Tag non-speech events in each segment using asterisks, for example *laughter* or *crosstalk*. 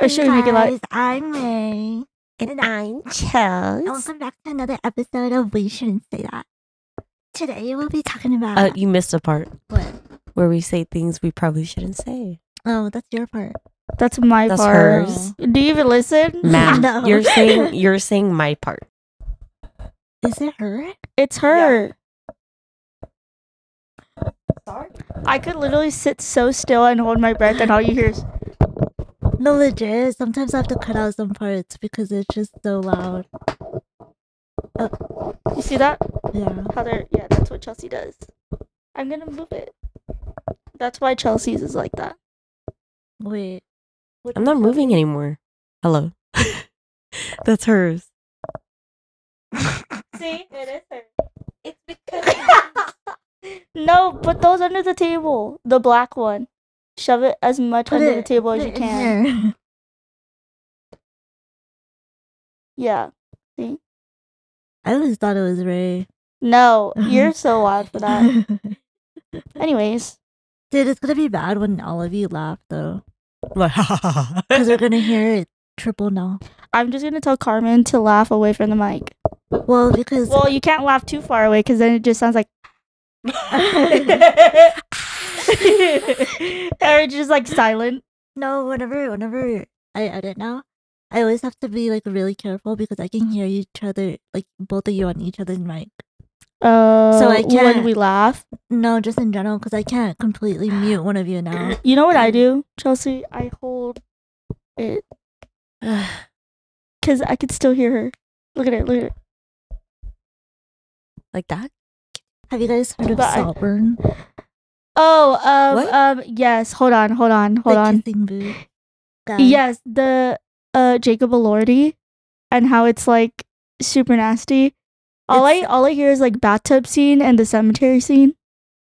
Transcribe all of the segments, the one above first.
Or should we make it like? guys, I'm May. And I- I'm Chels. Oh, welcome back to another episode of We Shouldn't Say That. Today we'll be talking about Uh, you missed a part what? where we say things we probably shouldn't say. *laughs* Oh, that's your part. That's my That's part. hers. Do you even listen? Ma'am, No. you're *laughs* saying you're saying my part. Is it her? It's her. I could literally sit so still and hold my breath, and all you hear is No, legit. Sometimes I have to cut out some parts because it's just so loud. you see that? Yeah. How they're yeah, that's what Chelsea does. I'm gonna move it. That's why Chelsea's is like that. Wait. What I'm not moving anymore. Hello. *laughs* That's hers. *laughs* See, it is her. It's because no, put those under the table. The black one. Shove it as much Put under it- the table as put you it in can. here. *laughs* Yeah. I always thought it was Ray. *laughs* No, you're so wild for that. Anyways, Dude, it's gonna be bad when all of you laugh though, Like, because we're gonna hear it triple now. I'm just gonna tell Carmen to laugh away from the mic. Well, because *laughs* Well, *laughs* you can't laugh too far away because then it just sounds like or it's just like silent. No, whenever whenever I edit now, I always have to be like really careful because I can hear each other, like both of you on each other's mic. Uh, so I when can't. we laugh, No, just in general because I can't completely mute one of you now. you know what I do, Chelsea? I hold it *sighs* because I could still hear her. Look at her. Look at her. like that? Have you guys heard of But I- Saltburn? Oh, um, What? um, yes. Hold on, hold on, hold the on. kissing booth. guy? Yes, the uh Jacob Elordi and how it's like super nasty. All I It's- all I hear is like bathtub scene and the cemetery scene.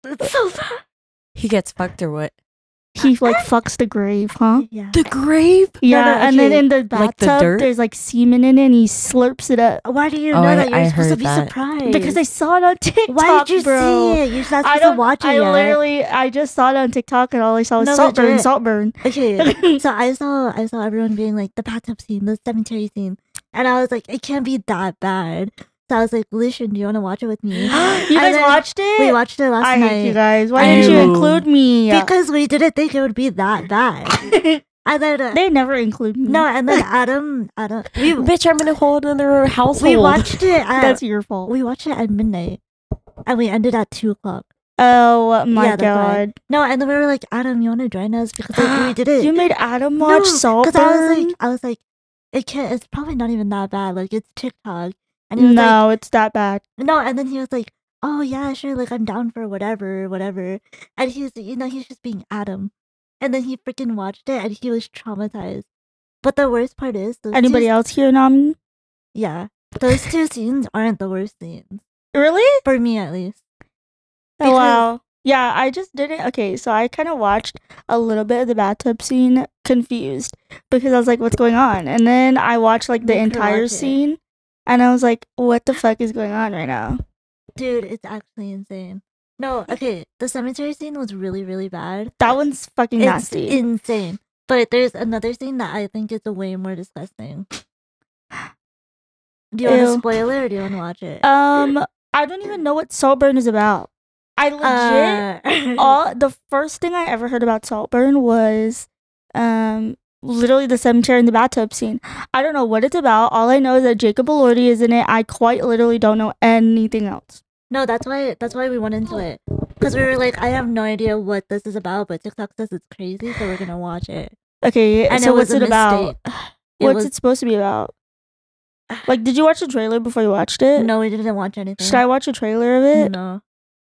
It's so bad. He gets fucked or what? He like fucks the grave, huh? Yeah. The grave? Yeah, no, and then okay. in the bathtub, Like the dirt? there's like semen in it, and he slurps it up Why do you Oh, know I- that you're I supposed to heard be that. surprised? because I saw it on TikTok. why did you bro. see it? You're not I supposed to don't. watch it I yet. literally, I just saw it on TikTok, and all I saw was No, saltburn, legit. *laughs* saltburn. *laughs* Okay, so I saw I saw everyone being like the bathtub scene, the cemetery scene, and I was like, it can't be that bad. So I was like, Lucian, do you want to watch it with me? *gasps* you And guys then watched it? We watched it last I night hate you guys. Why didn't you Ew. include me? *laughs* because we didn't think it would be that bad. And then *laughs* uh, they never include me. *laughs* no, *laughs* and then Adam, Adam, we Bitch, I'm in a whole another household. we watched it. At, *laughs* that's your fault. we watched it at midnight, and we ended at two o'clock. Oh my Yeah, that's why. god! No, and then we were like, Adam, you want to join us because *gasps* like, we did it. You made Adam watch No, saltburn. I was like, I was like, it can't. It's probably not even that bad. Like it's TikTok, and he was no, it's that bad. like, no. And then he was like, oh yeah, sure. Like I'm down for whatever, whatever. And he was, you know, he's just being Adam. And then he freaking watched it, and he was traumatized. But the worst part is, those Anybody two, else here, Nam? Yeah, those two scenes aren't the worst scenes Really? for me, at least. Oh, Because- wow. Yeah, I just didn't. Okay, so I kind of watched a little bit of the bathtub scene, confused because I was like, "What's going on?" And then I watched like the Make her entire watch it. scene, and I was like, "What the fuck is going on right now?" Dude, it's actually insane. *laughs* No, okay, the cemetery scene was really, really bad. That one's fucking It's nasty. insane. But there's another thing that I think is way more disgusting. Do you want Ew. to spoil it or do you want to watch it? um, I don't even know what Saltburn is about. I legit. Uh, *laughs* all the first thing I ever heard about Saltburn was um literally the cemetery and the bathtub scene. I don't know what it's about. All I know is that Jacob Elordi is in it. I quite literally don't know anything else. no, that's why that's why we went into it because we were like, I have no idea what this is about, but TikTok says it's crazy, so we're gonna watch it. Okay, And so it was what's a it about? mistake. *sighs* It What's was- it supposed to be *sighs* about? Like, did you watch the trailer before you watched it? No, we didn't watch anything. Should I watch a trailer of it? No,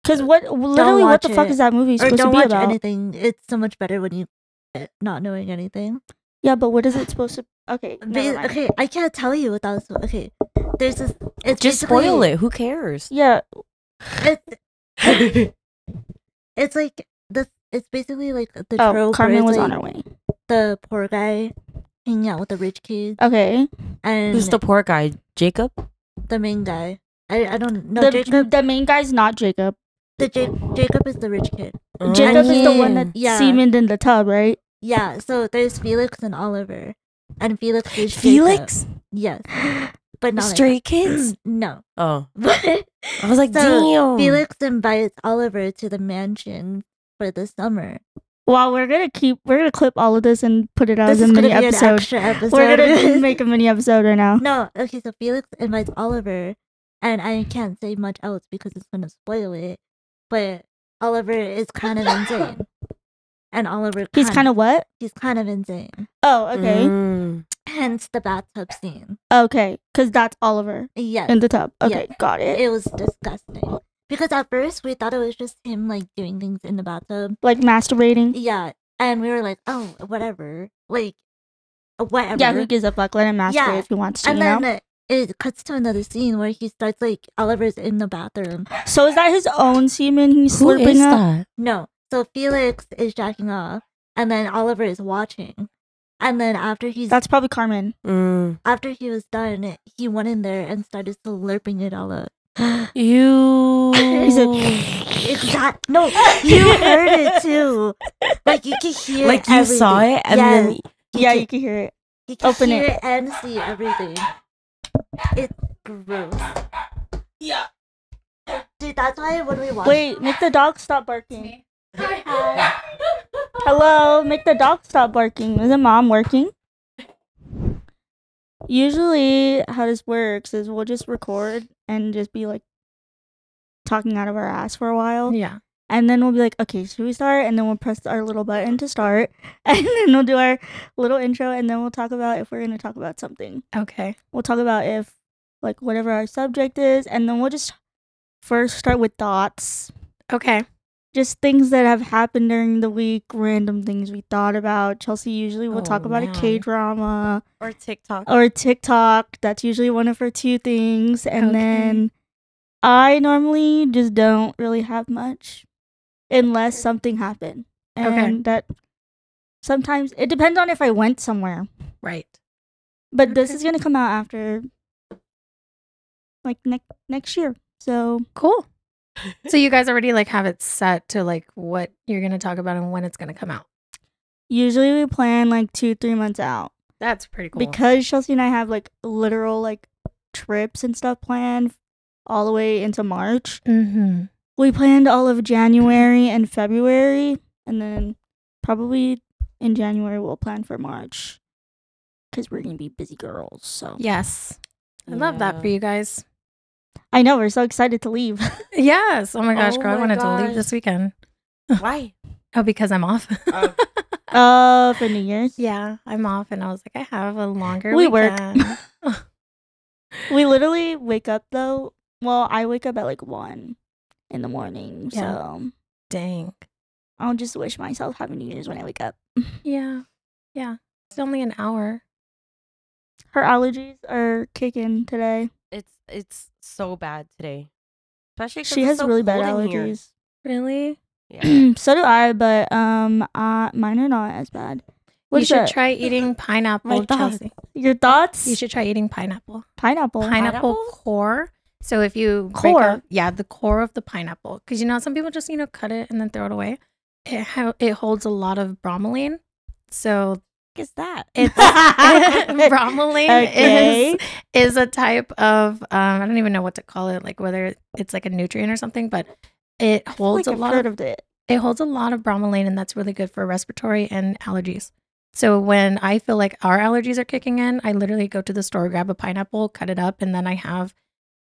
Because what literally what watch the fuck it. is that movie or supposed to don't be watch about? anything. It's so much better when you not knowing anything. Yeah, but what is it supposed to? Okay, never Ba- mind. okay, I can't tell you without. spo- Okay, there's this. It's Just basically- spoil it. Who cares? Yeah, It's *laughs* it's like this it's basically like the oh, trope Carmen where was it's on like her way. the poor guy hanging out with the rich kid Okay, and Who's Mm. the the, poor guy? Jacob? main guy i i don't know the, jacob the main guy's not Jacob. the Ja- jacob is the rich kid Jacob is the yeah. one that Mm. Yeah. semened in the tub, right? Yeah, so there's Felix and Oliver, and Felix is Jacob. Felix? Yes, but not like- Straight *clears throat* kids? *clears throat* no, *laughs* Oh. but I was like, So, Oh. damn. Felix invites Oliver to the mansion for the summer. Wow, we're gonna keep we're gonna clip all of this and put it out this as is a gonna mini be an episode. extra episode. We're *laughs* gonna make a mini episode right now. no. Okay, so Felix invites Oliver, and I can't say much else because it's gonna spoil it. But Oliver is kind of insane, and Oliver He's kind of what? he's kind of insane. Oh, okay, Mm. Hence the bathtub scene. okay, because that's Oliver Yes, in the tub. Okay, got it. it was disgusting because at first we thought it was just him like doing things in the bathtub. Like masturbating. Yeah, and we were like, oh, whatever, like whatever. Yeah, who gives a fuck? Let him masturbate Yeah, if he wants to. and You know. then uh, it cuts to another scene where he starts like Oliver's in the bathroom. So is that his own semen he's Who slurping is up? that? No, so Felix is jacking off, and then Oliver is watching, and then after he's That's probably Carmen. Mm. after he was done, he went in there and started slurping it all up. *gasps* *laughs* You. He's a- *gasps* Exact. No, you heard it too. Like you could hear. *laughs* like you saw everything. it and then Yeah, could- you can hear it. You can Open hear it. and see everything. It's gross. Yeah. Dude, that's why when we watch Wait, make the dog stop barking. Hi. *gasps* Hello, make the dog stop barking. Is the mom working? Usually, how this works is we'll just record and just be like talking out of our ass for a while. yeah. And then we'll be like, okay, should we start? And then we'll press our little button to start. *laughs* And then we'll do our little intro. And then we'll talk about if we're going to talk about something. Okay. We'll talk about if, like, whatever our subject is. And then we'll just first start with thoughts. Okay. Just things that have happened during the week, random things we thought about. Chelsea usually will talk Oh, about a man. K drama Or TikTok. or a TikTok. That's usually one of her two things. And Okay. then I normally just don't really have much unless something happened. And Okay. that sometimes it depends on if I went somewhere. Right. But this Okay. is gonna come out after like next next year. So Cool. so you guys already like have it set to like what you're gonna talk about and when it's gonna come out. usually we plan like two, three months out. That's pretty cool. Because Chelsea and I have like literal like trips and stuff planned all the way into March. mm-hmm. We planned all of January and February and then probably in January we'll plan for March. Cause we're gonna be busy girls. So yes, I love that for you guys. I know we're so excited to *laughs* leave. Yes. Oh my gosh, Oh girl, I my wanted to gosh. leave this weekend. *laughs* Why? Oh, because I'm off. Oh. Oh, for New Year's. *laughs* yeah, I'm off, and I was like, I have a longer. We work. weekend. We literally wake up though. Well, I wake up at like one in the morning, Yeah. so Dang. I'll just wish myself happy New Year's when I wake up. *laughs* Yeah. Yeah. It's only an hour. Her allergies are kicking today. It's it's so bad today. Especially 'cause She it's has so really bad cold in here. allergies. *clears throat* Really? Yeah. so do I, but um, uh, mine are not as bad. you What's should that? try eating pineapple, My thoughts. Chelsea. Your thoughts? You should try eating pineapple. pineapple. pineapple, Pineapple? core. So if you break Core? up- yeah, the core of the pineapple, because you know some people just you know cut it and then throw it away. It ho- it holds a lot of bromelain, so *laughs* is that? *laughs* it's *laughs* bromelain Okay. Mm-hmm. is is a type of um I don't even know what to call it, like whether it's like a nutrient or something, but it holds like a I've lot heard of, of it. it holds a lot of bromelain, and that's really good for respiratory and allergies. So when I feel like our allergies are kicking in, I literally go to the store, grab a pineapple, cut it up, and then I have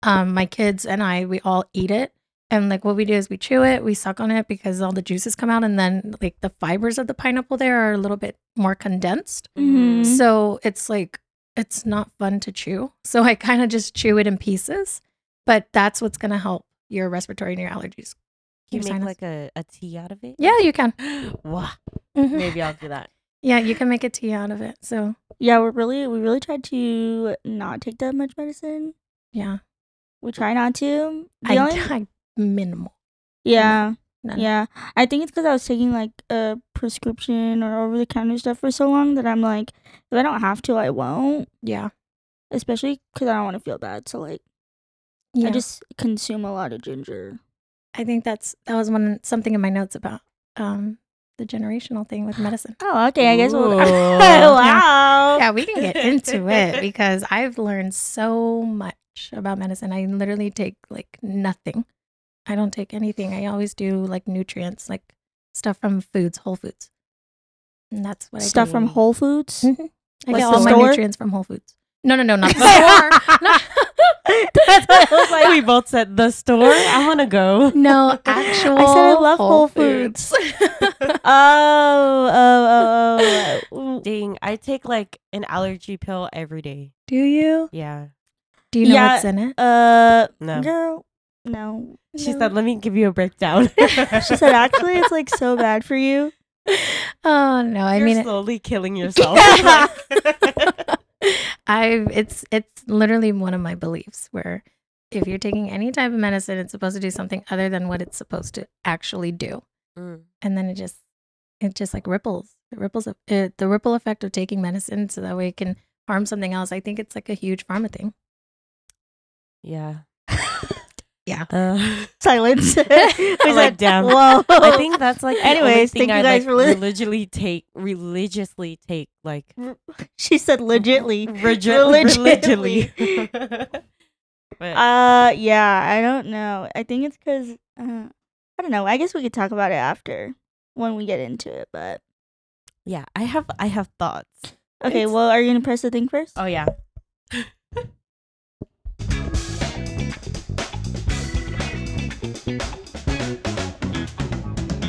um, my kids and I we all eat it. And like what we do is we chew it, we suck on it because all the juices come out, and then like the fibers of the pineapple there are a little bit more condensed. Mm-hmm. Mhm. Mm-hmm. So it's like it's not fun to chew. So I kind of just chew it in pieces, but that's what's gonna help your respiratory and your allergies. You Your make sinus. like a, a tea out of it? *gasps* Yeah, you can. Wow. Mhm. Maybe I'll do that. Yeah, you can make a tea out of it. So Yeah, we really we really tried to not take that much medicine. yeah, We try not to. The I, only- I minimal. *laughs* yeah. None. Yeah, I think it's because I was taking like a prescription or over the counter stuff for so long that I'm like, if I don't have to, I won't. yeah, Especially because I don't want to feel bad. So like, yeah. I just consume a lot of ginger. I think that's that was one something in my notes about um the generational thing *gasps* with medicine. Oh, okay. I guess we'll. *laughs* Ooh. *laughs* wow. Yeah, we can get into *laughs* it because I've learned so much about medicine. I literally take like nothing. I don't take anything. I always do like nutrients, like stuff from foods, whole foods. And that's what I Stuff do. from Whole Foods. Hmm? Mhm. I What's get the all my store? nutrients from Whole Foods. No, no, no, not the store. *laughs* No. *laughs* That's what I was like. We both said the store. I want to *laughs* go. No, actual. love Whole Oh, oh, oh, oh. *laughs* Dang, I take like an allergy pill every day. do you? Yeah. Do you know Yeah. what's in it? Uh, No. girl, no. She No. said, let me give you a breakdown. *laughs* She said, actually, it's like so bad for you. Oh no, I *laughs* You're mean, it, *laughs* slowly killing *laughs* *laughs* yourself. I it's it's literally one of my beliefs where if you're taking any type of medicine, it's supposed to do something other than what it's supposed to actually do, Mm. and then it just it just like ripples. It ripples up uh the ripple effect of taking medicine, so that way it can harm something else. I think it's like a huge pharma thing. Yeah. *laughs* Yeah. Uh, Silence. we *laughs* *laughs* I like down. Whoa. I think that's like. The only Anyways, thing thank you I guys like, for listening. religiously take religiously take *laughs* like *laughs* *laughs* she said legitly. regi- Religiously. *laughs* religiously. *laughs* but Uh, yeah, I don't know. I think it's because, uh, I don't know. I guess we could talk about it after when we get into it, but. yeah, I have I have thoughts. Okay, It's- well, are you going to press the thing first? Oh yeah.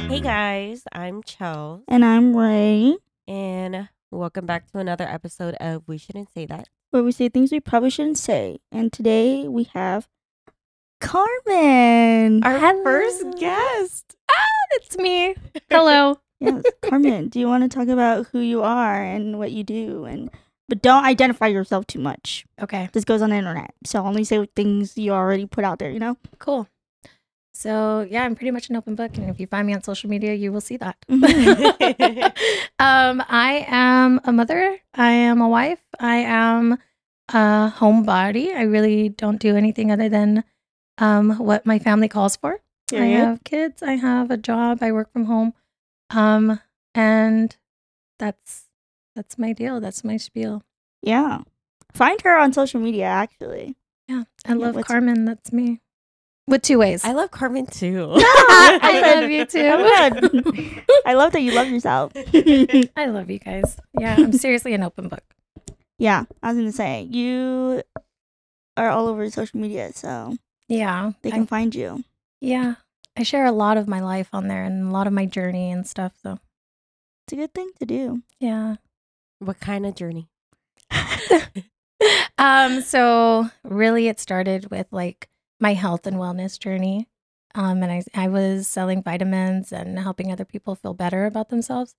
Hey guys, I'm Chels, And I'm Ray, and welcome back to another episode of We Shouldn't Say That. where we say things we probably shouldn't say. And today we have Carmen. Our Hello. first guest. It's me. Hello. Yes, Carmen, do you want to talk about who you are and what you do and but don't identify yourself too much. okay. This goes on the internet. So only say things you already put out there, you know? Cool. So yeah, I'm pretty much an open book, and if you find me on social media, you will see that. Mm-hmm. Mhm. *laughs* um, I am a mother. I am a wife. I am a homebody. I really don't do anything other than um, what my family calls for. I Period. have kids. I have a job. I work from home. Um, and that's that's my deal. That's my spiel. Yeah. Find her on social media actually. Yeah, I love what's- Carmen. That's me. With two ways. I love Carmen *laughs* *laughs* too. I love you too. Oh *laughs* I'm glad. I love that you love yourself. I love you guys. Yeah, I'm seriously an open book. yeah, I was gonna say you are all over social media, so Yeah. they I- can find you. yeah. I share a lot of my life on there and a lot of my journey and stuff. So, It's a good thing to do. *laughs* yeah. what kind of journey? um, so really it started with like my health and wellness journey. Um, and I, I was selling vitamins and helping other people feel better about themselves.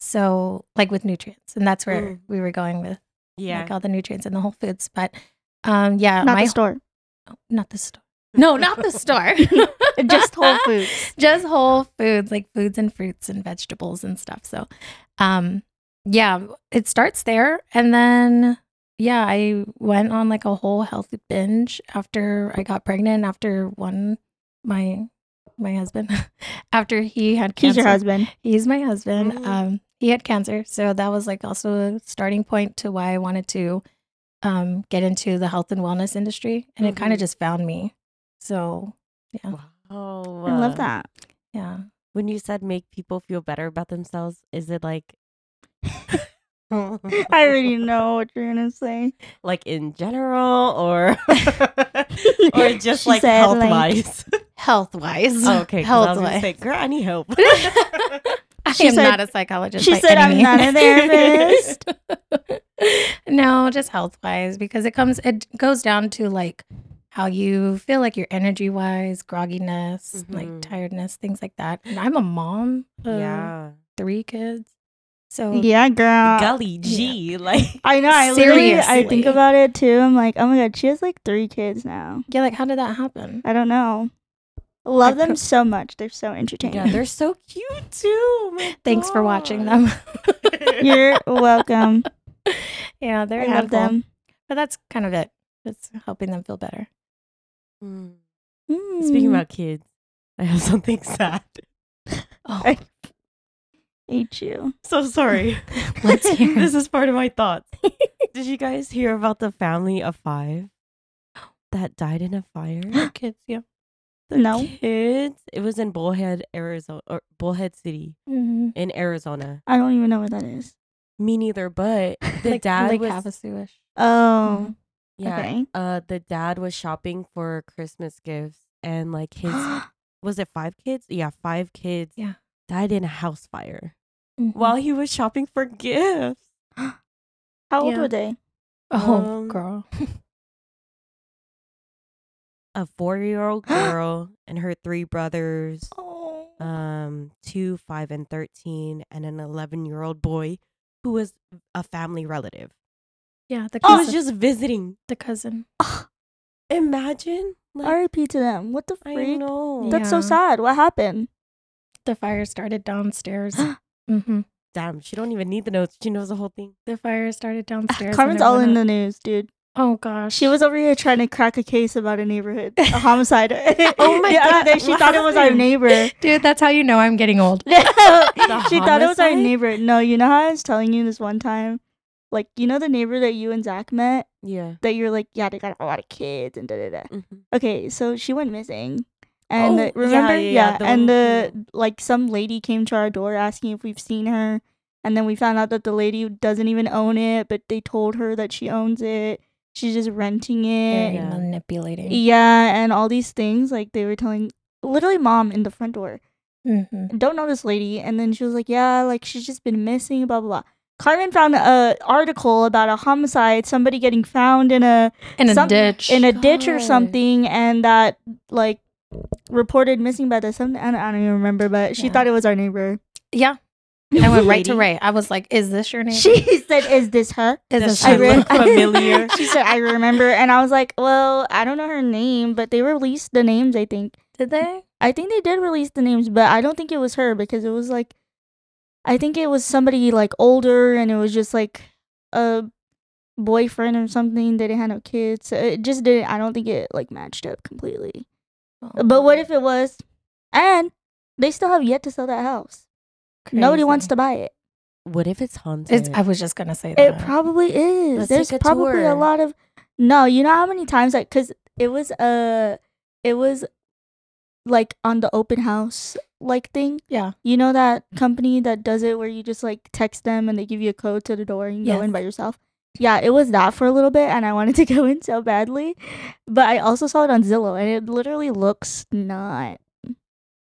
So like with nutrients and that's where Mm. we were going with Yeah. like all the nutrients and the whole foods. But, um, yeah, Not my, the store. not the store. No, not the store. *laughs* Just Whole Foods. *laughs* just whole foods like foods and fruits and vegetables and stuff so um yeah it starts there and then yeah i went on like a whole healthy binge after i got pregnant after one my my husband *laughs* after he had cancer He's your husband. he's my husband Mm. um he had cancer so that was like also a starting point to why i wanted to um get into the health and wellness industry and it kind of Mhm. just found me so yeah oh, Wow. I love that. *laughs* yeah When you said make people feel better about themselves, is it like *laughs* I already know what you're gonna *laughs* say. like in general or *laughs* or just She like said, health like- wise? health wise. *laughs* Oh, *laughs* okay, 'cause I health was gonna say, wise. girl, I need *laughs* help. *laughs* I She am said- not a psychologist. she by said, any "I'm means." not a therapist. *laughs* no, just health wise because it comes it goes down to like how you feel like your energy wise, grogginess, like Mhm. tiredness, things like that. And I'm a mom of yeah, three kids. So Yeah, girl. golly gee, like I know. I literally I think Seriously. about it too. I'm like, oh my god, she has like three kids now. yeah, like how did that happen? I don't know. Love I them could- so much. They're so entertaining. yeah, they're so cute too. my Thanks for watching God. *laughs* them. *laughs* You're welcome. *laughs* yeah, *laughs* they're I love wonderful. them. But that's kind of it. It's helping them feel better. Mm. *laughs* Speaking about kids, I have something sad. Oh, I- Mm, Hate you. So sorry. *laughs* *laughs* Let's hear. this is part of my thoughts. Did you guys hear about the family of five that died in a fire? Kids, yeah. The No. kids. It was in Bullhead, Arizona, or Bullhead City Mm-hmm. in Arizona. I don't even know where that is. Me neither. *laughs* But the like, dad like was Havasu-ish. Mm, Oh, yeah. okay. Uh, the dad was shopping for Christmas gifts, and like *gasps* his was it five kids? Yeah, five kids. Yeah. died in a house fire Mm-hmm. Mhm. while he was shopping for gifts. How old Yeah. were they? oh um, girl, A *gasps* four-year-old girl and her three brothers. Oh, um, two, five, and 13, and an 11 year old boy who was a family relative. yeah, the He Oh, cousin, was just visiting. the cousin. Imagine. Like, R.I.P. to them. What the I freak? know. That's so Yeah. sad. What happened? The fire started *gasps* downstairs. mm-hmm. Damn, she don't even need the notes. She knows the whole *laughs* thing. The fire started downstairs. and Ah, Carmen's all in everyone- the news, dude. Oh gosh, *laughs* She was over here trying to crack a case about a neighborhood, a homicide. Oh *laughs* my the God, Other day, she what thought it was our happened? neighbor. dude. That's how you know I'm getting old. she *laughs* thought it was our homicide? neighbor. No, you know how I was telling you this one time? Like, you know the neighbor that you and Zach met? Yeah. That you're like, yeah, they got a lot of kids and da da da. Mm-hmm. Okay, so she went missing. And Oh, the- remember? yeah, yeah, yeah, the and one- the like some lady came to our door asking if we've seen her. And then we found out that the lady doesn't even own it, but they told her that she owns it. She's just renting it. Very Yeah. manipulating. Yeah, and all these things like they were telling literally mom in the front door. Mm-hmm. Don't know this lady and then she was like, "Yeah, like she's just been missing blah blah." blah. Carmen found a article about a homicide, somebody getting found in a In a some- ditch. in a ditch or God. something and that like reported missing by the something I don't, I don't even remember, but she Yeah. thought it was our *laughs* neighbor. yeah, I went right to Ray. I was like, "Is this your name? She said, "Is this *laughs* her?" Is Does this she your look name?" re- *laughs* familiar? she said, "I *laughs* remember." And I was like, "Well, I don't know her name, but they released the names, I think." Did they? I think they did release the names, but I don't think it was her because it was like, I think it was somebody like older, and it was just like a boyfriend or something. They didn't have no kids, so it just didn't. I don't think it like matched up completely. Oh, Oh But what if it was? And they still have yet to sell that house. Nobody wants to buy it. What if it's haunted? It's, I was just gonna say It that. probably is. Let's There's take a probably a tour. lot of no. You know how many times like because it was uh it was like on the open house like thing. Yeah. You know that Mm-hmm. company that does it where you just like text them and they give you a code to the door and you go in Yes. by yourself. Yeah, it was that for a little bit and I wanted to *laughs* go in so badly. But I also saw it on Zillow and it literally looks not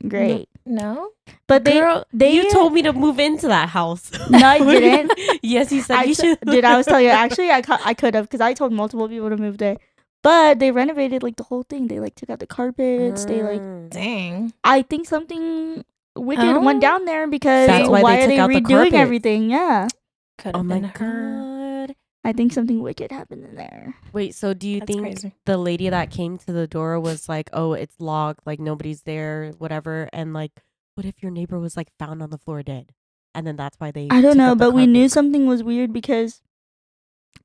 great. no. But they Girl, they you told me to move into that house. *laughs* No, *laughs* I didn't. yes, you said I you t- should. *laughs* dude, I was telling you, actually, I, cou- I could have because I told multiple people to move there. But they renovated like the whole thing. They like took out the carpets. They like, Mm. Dang. I think something wicked went Oh. down there because That's why, why they are took they out the redoing carpets. everything? Yeah, Could have Oh my been her. god. I think something wicked happened in there. Wait, so do you That's think crazy. the lady that came to the door was like, "Oh, it's locked, like nobody's there, whatever," and like, what if your neighbor was like found on the floor dead, and then that's why they? I don't took know, out the but we carpet? knew something was weird because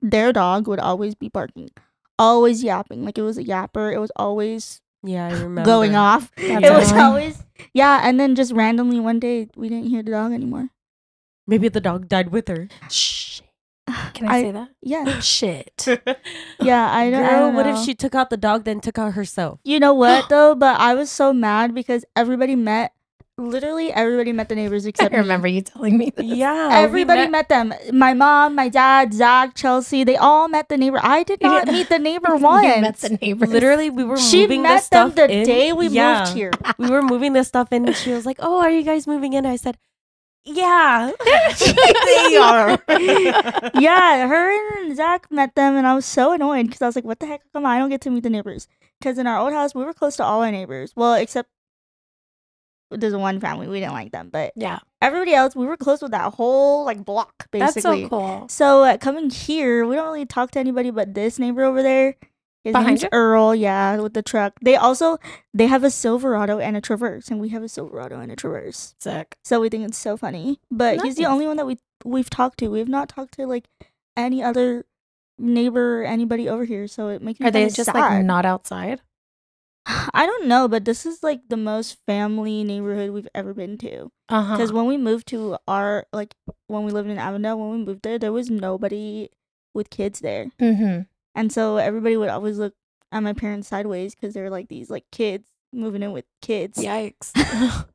their dog would always be barking, always yapping. Like it was a yapper. It was always Yeah, I remember *laughs* going off. *laughs* That's it was annoying. always yeah. And then just randomly one day we didn't hear the dog anymore. Maybe the dog died with her. Shh. Can I, say that? Yeah, *laughs* Shit. yeah. I don't. I Girl, don't what if know. she took out the dog then took out *laughs* herself? You know *gasps* what though? But I was so mad because everybody met. Literally, everybody met the neighbors I except me. remember you telling me *laughs* this. Yeah, Oh, we Everybody met-, them. My mom, my dad, Zach, Chelsea. They all met the neighbor. I did You not didn't- meet the neighbor You once. met the neighbor. *laughs* Literally, we were she moving met this them stuff the in. day we Yeah. moved here. *laughs* We were moving this stuff in, and she was like, "Oh, are you guys moving in?" I said, *laughs* "Yeah, *laughs* they are." yeah, her and Zach met them, and I was so annoyed because I was like, "What the heck? Come on, I don't get to meet the neighbors." Because in our old house, we were close to all our neighbors. Well, except there's one family we didn't like them, but *laughs* Yeah. everybody else, we were close with that whole like block That's basically. so cool. So uh, coming here, we don't really talk to anybody but this neighbor over there. His Behind name's you? Earl, yeah, with the truck. They also they have a Silverado and a Traverse, and we have a Silverado and a Traverse. Sick. So we think it's so funny. But he's the Nice. only one that we we've talked to. We've not talked to like any other neighbor or anybody over here. So it makes me Are they kinda just sad. like not outside? *sighs* I don't know, but this is like the most family neighborhood we've ever been to. Uh huh. Because when we moved to our like when we lived in Avondale, when we moved there, there was nobody with kids there, Mm-hmm. and so everybody would always look at my parents sideways because they're like these like kids moving in with kids. Yikes. *laughs*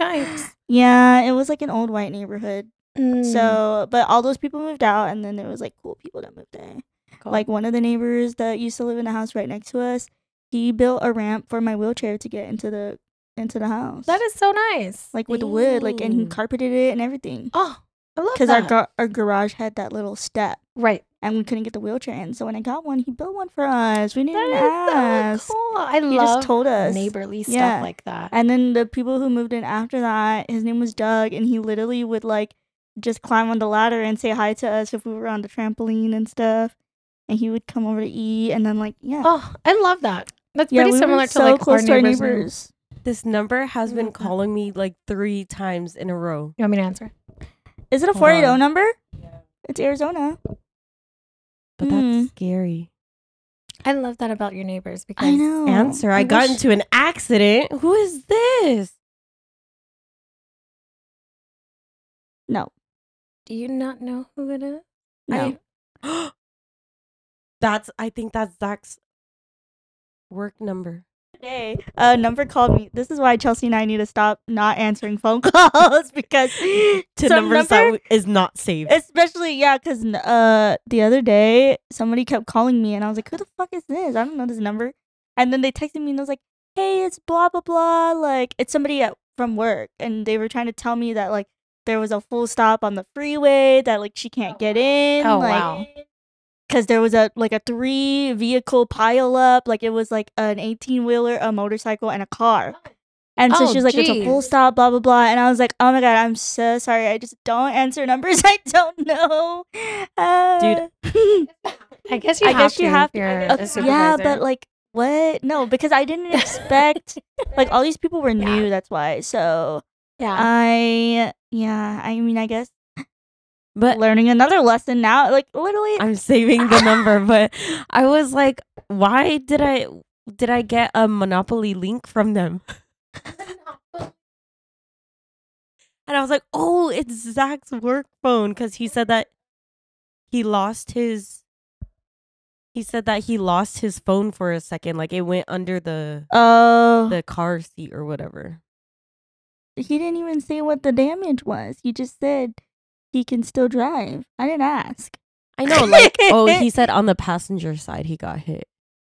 Yikes. Yeah, it was like an old white neighborhood. Mm, So, but all those people moved out, and then there was like cool people that moved there. cool. Like one of the neighbors that used to live in the house right next to us, he built a ramp for my wheelchair to get into the into the house. that is so nice. like with wood, like and he Dang. carpeted it and everything. oh, I love Because our that. gar- our garage had that little step, right. and we couldn't get the wheelchair in. So when I got one, he built one for us. We That didn't is ask. so cool. I He love just told us. neighborly stuff Yeah. like that. And then the people who moved in after that, his name was Doug, and he literally would like just climb on the ladder and say hi to us if we were on the trampoline and stuff. And he would come over to eat, and then like yeah, oh, I love that. That's yeah, pretty we similar were to so like close our to our neighbors. now. neighbors. *laughs* This number has been Mm. Love that. calling me like three times in a row. You want me to answer? Is it a Hold four eight zero on. number? It's Arizona. But that's Mm. scary. I love that about your neighbors because I know. Answer. I, got wish- into an accident. Who is this? *gasps* no, Do you not know who it is? no. I- that's I think that's Zach's work number. Today, a number called me. This is why Chelsea and I need to stop not answering phone *laughs* calls because *laughs* To some numbers that number, w- is not saved. especially yeah, because uh the other day somebody kept calling me and I was like, who the fuck is this? I don't know this number. And then they texted me and I was like, hey, it's blah blah blah. Like it's somebody at from work, and they were trying to tell me that like there was a full stop on the freeway that like she can't get in. Oh, like, wow. because there was a like a three vehicle pile up like it was like an 18 wheeler a motorcycle and a car and so Oh, she was like it's a full jeez. stop blah blah blah and i was like oh my god i'm so sorry i just don't answer numbers *laughs* i don't know Dude. Uh, I guess you I have guess to. you have if you're uh, *laughs* a yeah supervisor. but like what no because i didn't expect like all these people were *laughs* Yeah. new that's why so yeah. um, i yeah i mean i guess But learning another lesson now like literally I'm saving the number, *laughs* but I was like, why did I did I get a Monopoly link from *laughs* them? And I was like, oh, it's Zach's work phone because he said that he lost his. He said that he lost his phone for a second, like it went under the *gasps* oh the car seat or whatever. he didn't even say what the damage was. He just said he can still drive. I didn't ask. I know, like oh, he said on the passenger side he got hit.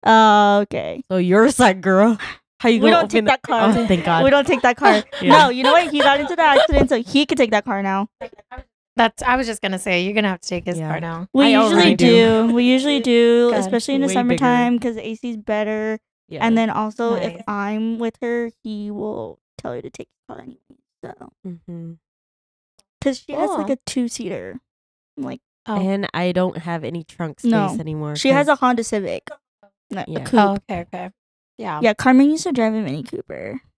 Oh, okay. So your *laughs* side, girl, how you We gonna don't take open that car. Oh, thank God. We don't take that car. *laughs* Yeah. No, you know what? He got into the accident, so he could take that car now. That's. I was just gonna say you're gonna have to take his Yeah. car now. We I usually already do. We usually do, Good. especially in the Way bigger. summertime because the AC is better. Yeah. And then also, if Nice. I'm with her, he will tell her to take the car anyway. So, Mhm. because she has like Cool. a two seater, like Oh. and I don't have any trunk space No. anymore. she has a 'cause- Honda Civic, no, Yeah. a coupe. Oh, okay. Okay. Yeah. Yeah, Carmen used to drive a Mini Cooper. *laughs*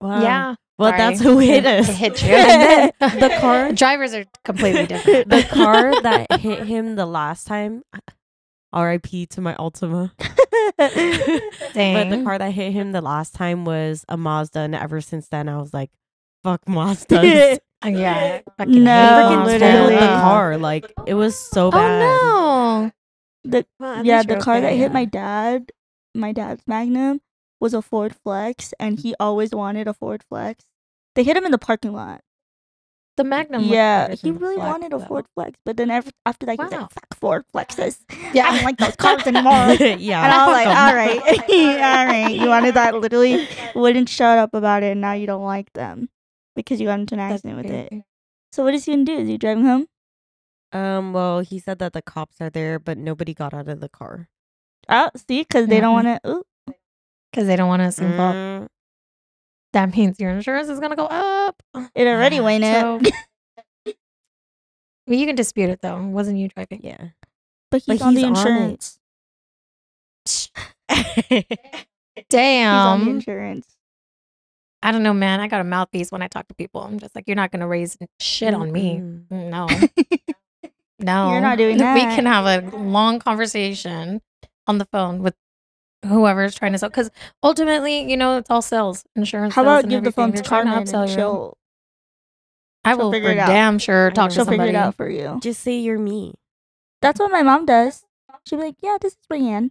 Wow. Yeah. Well, Sorry. that's who hit *laughs* It us. *laughs* hit you. And then the car *laughs* Drivers are completely different. the *laughs* car that hit him the last time. *laughs* R.I.P. to my Ultima. *laughs* But Dang. the car that hit him the last time was a Mazda, and ever since then I was like, "Fuck *laughs* Mazdas." Uh, *laughs* yeah. fucking No, I hate freaking failed Mazda. literally. Oh, the car. Like it was so bad. Oh the no. yeah, the car that hit Um, my dad, my dad's Magnum, was a Ford Flex, and he always wanted a Ford Flex. They hit him in the parking lot. the Magnum. was yeah, better he than the really Black, wanted a though. Ford Flex, but then ev- after that, he was Wow. like, "Fuck Ford Flexes, Yeah. I don't *laughs* like those cars *laughs* anymore." And *laughs* yeah. I was like, fuck "Ah, 'em. all right, *laughs* all right. You wanted that, literally wouldn't shut up about it, and now you don't like them because you got into an That's accident with it. crazy. So what is he gonna do? Is he driving home? Um. Well, he said that the cops are there, but nobody got out of the car. Oh, see, because they don't want to. Because they don't want us involved. Mm, That means your insurance is going to go *laughs* up. It *sighs* already went So- up. Well, you can dispute it, though. It wasn't you driving. yeah. But he's But on he's the on it. insurance. he's *laughs* on the Damn. insurance. I don't know, man. I got a mouthpiece when I talk to people. I'm just like, you're not going to raise Mm-hmm. shit on me. Mm-mm. No. No. *laughs* You're not doing Mm, *laughs* We that. can have a long conversation on the phone with whoever's trying to sell. Because ultimately, you know, it's all sales, insurance. How sales about and give the everything. phone They're to trying Carmen? help sell and you. She'll I she'll will figure for it out. damn sure talk to she'll figure somebody. it out for you. Just say you're me. That's what my mom does. She'd be like, "Yeah, this is Brianne,"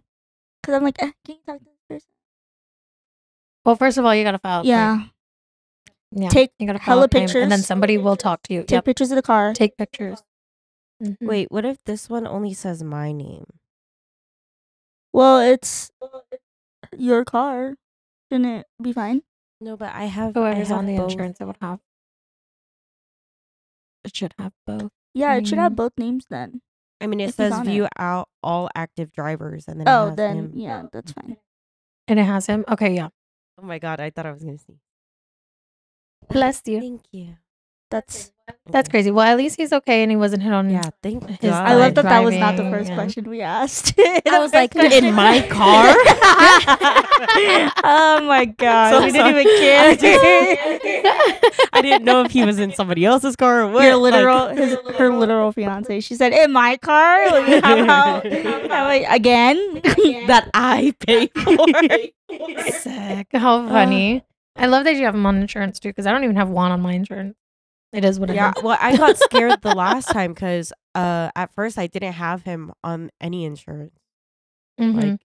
because I'm like, eh, "Can you talk to this person?" Well, first of all, you gotta file. a claim. yeah, yeah. take you gotta file hella a claim, and then pictures. somebody will talk to you. take yep. pictures Mm-hmm. of the car. Take pictures. Mhm. Hmm. Wait, what if this one only says my name? well, it's your car. Shouldn't it be fine? No, but I have. I whoever's have on the both. insurance, it would have. It should have both. Yeah, it should have Mm. both names then. I mean, If it he's says on it. view out all active drivers, and then it Oh, has then him. yeah, that's fine. And it has him. Okay, yeah. Oh my god, I thought I was gonna see. Bless you. Thank you. That's That's Okay. crazy. Well, at least he's okay, and he wasn't hit on. Yeah, thank His- God. I *laughs* love that that was not the driving first and- question we asked. *laughs* I was like, in my car. oh *laughs* my god, So we sorry. didn't even *laughs* care. I didn't know if he was in somebody else's car or what. Your like- *laughs* literal, his, *laughs* her literal fiance. She said, "In my car." Like, how *laughs* *laughs* about I'm like, again? *laughs* that I pay for. *laughs* Sick. How funny. I love that you have him on insurance too, because I don't even have one on my insurance. It is what it is. yeah, Uh, well, I got scared the last time because uh, at first I didn't have him on any insurance. Mhm. Like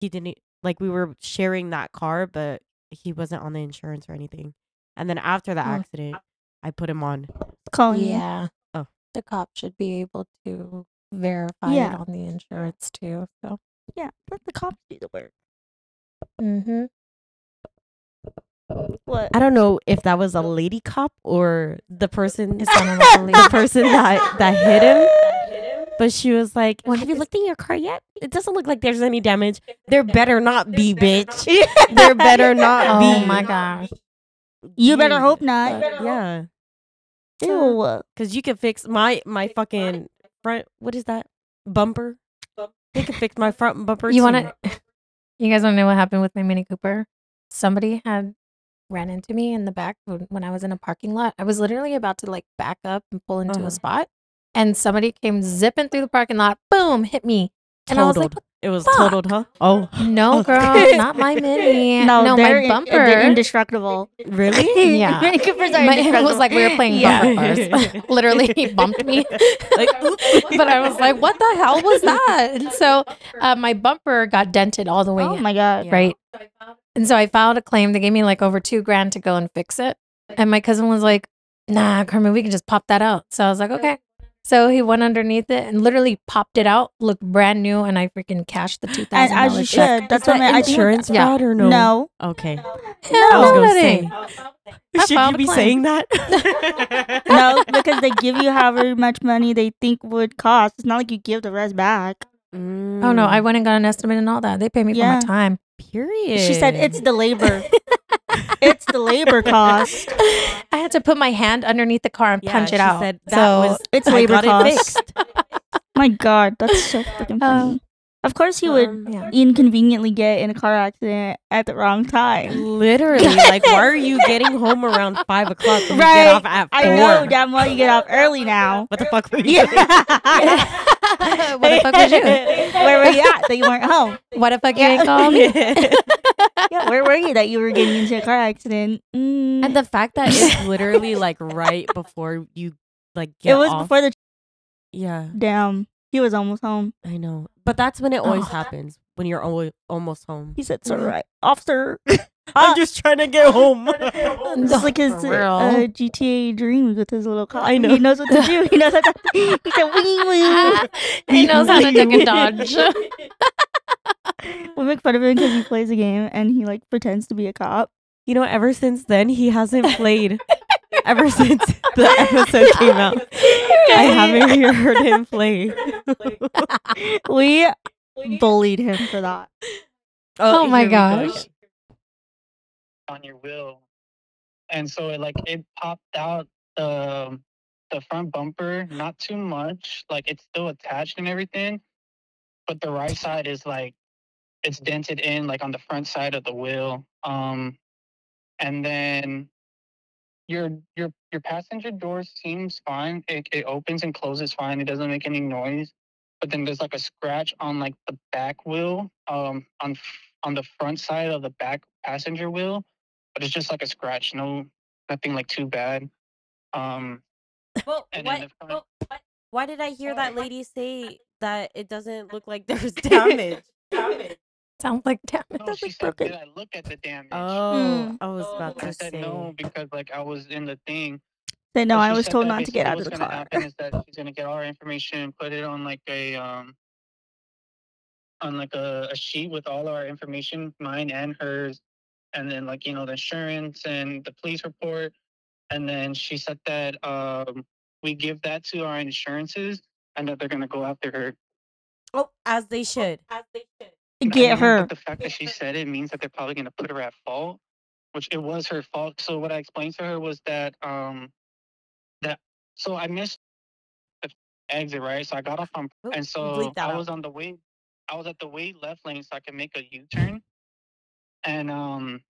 he didn't e, like we were sharing that car, but he wasn't on the insurance or anything. And then after the Oh. accident, I put him on. Calling you. yeah. Oh. The cop should be able to verify Yeah. it on the insurance too. So. Yeah, let the cops do the work. Mm-hmm. What? I don't know if that was a lady cop or the person It's one of *laughs* the the least- person that that hit him. But she was like, What "Have you looked in your car yet? It doesn't look like there's any *laughs* damage. There better not be, bitch. *laughs* There better *laughs* not be. Oh my gosh. You better hope You not. better Yeah, Ew. because you can fix my my fucking front. What is that bumper? They can fix my front bumper. You want too. to? You guys want to know what happened with my Mini Cooper? Somebody had ran into me in the back when when I was in a parking lot. I was literally about to like back up and pull into Uh-huh. a spot, and somebody came zipping through the parking lot. Boom! Hit me, and I was like, Totaled. It was fuck? totaled, huh? Oh, "No, girl, not my Mini. they're No, my in- bumper." they're indestructible. really? *laughs* *laughs* Yeah. Mini Coopers are My- it was indestructible. like we were playing bumper cars. *laughs* Literally, he bumped *laughs* me. *laughs* Like, oop. but I was like, "What the hell was that?" And so, uh, my bumper got dented all the way Oh in. my god. Yeah. Uh, right? And so I filed a claim. They gave me like over two grand to go and fix it. And my cousin was like, nah, Carmen, we can just pop that out. So I was like, okay. So he went underneath it and literally popped it out, looked brand new, and I freaking cashed the two And thousand as you dollars should. check. That's what my I think- insurance Yeah. fraud or no? No. Okay. *laughs* Hell I was no, gonna that say. ain't. I *laughs* Should filed you a be claim. saying *laughs* that? *laughs* No, because they give you however much money they think would cost. It's not like you give the rest back. Oh no, I went and got an estimate and all that. They paid me for Yeah. my *laughs* time. Mm, Period. She said it's the *laughs* labor. it's the labor cost. I had to put my hand underneath the car and Yeah, punch she it out. said that so was- It's I labor got it cost. fixed. My God, that's so freaking funny. Um, of course, he would Um, *laughs* *laughs* yeah. inconveniently get in a car accident at the wrong time. Literally, like, why are you getting home around five o'clock *laughs* when you Right. get off at four? I know damn well you get off early *laughs* now. What the fuck were you? Yeah. doing? *laughs* what the fuck was *laughs* you? Where were you at that you weren't home? What the fuck you Yeah. ain't *laughs* call me? *laughs* Yeah, where were you that you were getting into a car accident? Mm. And the fact that it's literally like right before you like get it was off. before the yeah, damn. He was almost home. I know. But that's when it always Oh. happens when you're always almost home. He said, Mm. "Sir, right, officer." *laughs* I'm just trying to *laughs* get home. It's like his For real. uh, GTA dreams with his little car. I know. He knows what to do. He knows how to. *laughs* He said, "Wing, wing." *laughs* he knows *laughs* how to duck and dodge. We make fun of him because he plays a game and he like pretends to be a cop. You know, ever since then, he hasn't played. *laughs* ever *laughs* since the episode came out, I haven't heard him play. *laughs* We bullied him for that. Oh my here we go. gosh. on your wheel. And so it like it popped out the the front bumper, not too much. Like it's still attached and everything. But the right side is like it's dented in like on the front side of the wheel. Um and then your your your passenger door seems fine. It it opens and closes fine. It doesn't make any noise. but then there's like a scratch on like the back wheel, um, on f- on the front side of the back passenger wheel, but it's just like a scratch, no, nothing like too bad. Um, Well, And why, then the front- Oh, well, why- why did I hear that lady say that it doesn't look like *laughs* there's damage? Damage. Sounds like damn it. no, That's she like said, broken. did I look at the damage? Oh, I was about I to said say. no because like I was in the thing. They know I But she was said told that not to get out basically of the what's gonna car. happen Is that she's gonna get all our information and put it on like a um on like a, a sheet with all our information, mine and hers, and then like you know the insurance and the police report, and then she said that um we give that to our insurances and that they're gonna go after her. Oh, as they should. As they should. I mean, Get her. But the fact that she said it means that they're probably going to put her at fault, which it was her fault. So what I explained to her was that um that so I missed the exit right. So I got off on Oop, and so bleep Oh, that I out. was on the way. I was at the way left lane so I could make a U turn, and um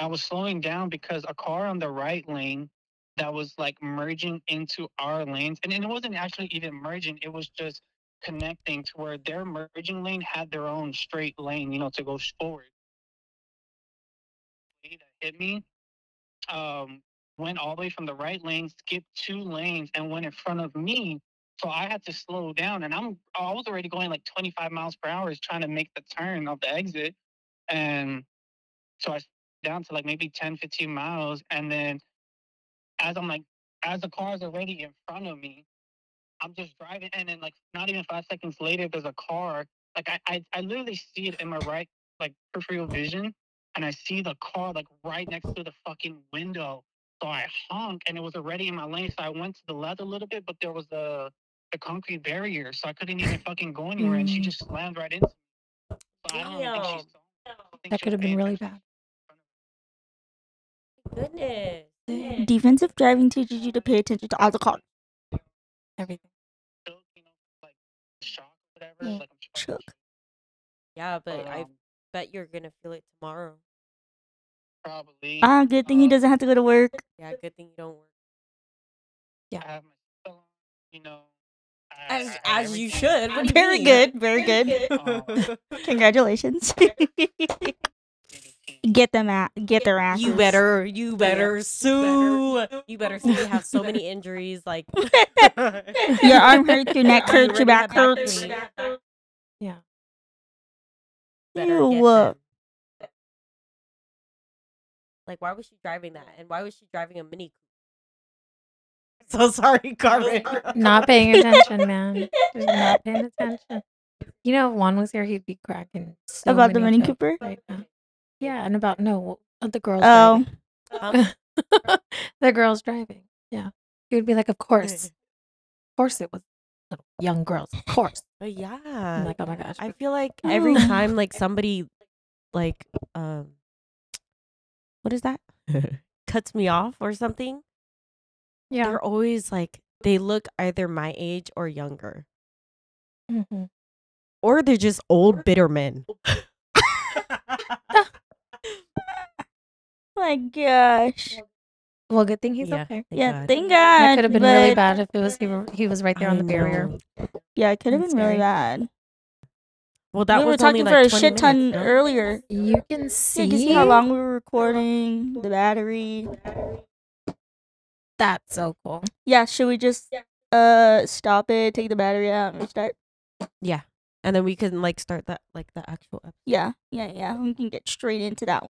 I was slowing down because a car on the right lane that was like merging into our lanes, and, and it wasn't actually even merging. It was just connecting to where their merging lane had their own straight lane, you know, to go forward. That hit me. Um, went all the way from the right lane, skipped two lanes, and went in front of me. So I had to slow down, and I'm I was already going like 25 miles per hour, is trying to make the turn of the exit, and so I s- down to like maybe 10, 15 miles, and then as I'm like as the car's already in front of me, I'm just driving, and then like not even five seconds later, there's a car. Like I, I, I literally see it in my right, like peripheral vision, and I see the car like right next to the fucking window. So I honk, and it was already in my lane. So I went to the left a little bit, but there was the the concrete barrier, so I couldn't even fucking go anywhere, and she just slammed right into. me. So I don't think she Damn. saw- I don't Oh, think That she could have been was paying really attention. bad. *sniffs* Goodness. Defensive driving teaches you to pay attention to all the cars. Everything. Still, you know, like shock, whatever. Yeah. Like I'm shocked. Shook. Yeah, but I um, bet you're gonna feel it tomorrow. probably. Ah, good thing he um, doesn't have to go to work. Yeah, good thing you don't work. I have my cell phone, you know. I- As I have as you everything. should. What do *laughs* *laughs* you Very mean? good, very good. Oh. *laughs* good. Congratulations. *laughs* get them out. Get their ass. You better, you better sue. You better sue. You have so many injuries. *laughs* Like Your *laughs* arm hurts, your neck hurts, your already back have back hurts. pain. better get Ew. them. Uh, Like, why was she driving that? And why was she driving a mini? Cooper? *laughs* So *laughs* sorry, Carmen. Not paying attention, *laughs* man. Just not paying attention. You know, if Juan was here, he'd be cracking so About the many Mini jokes Cooper? right now. Yeah, and about no of the girls. Oh, *laughs* Um, driving. *laughs* the girls driving. Yeah, he would be like, "Of course, of course, it was little young girls. Of course." *laughs* but yeah, I'm like, "Oh my gosh, I feel like every Oh. time like somebody like um what is that? *laughs* cuts me off or something, yeah." they're always like they look either my age or younger. Mhm. Or they're just old bitter men. Oh *laughs* my gosh. Well, good thing he's Yeah, okay. thank yeah, God. thank God. That could have been really but- bad if it was he, were, he was right there on I the barrier. know. Yeah, it could have and been really scary. bad. Well, that we were was only, talking like, for a 20 shit ton minutes, no? earlier. You can Yeah, see, you can see how long we were recording, the battery. That's so cool. Yeah, should we just uh stop it, take the battery out, and restart? Yeah. And then we can like start that like the actual episode. Yeah, yeah, yeah. We can get straight into that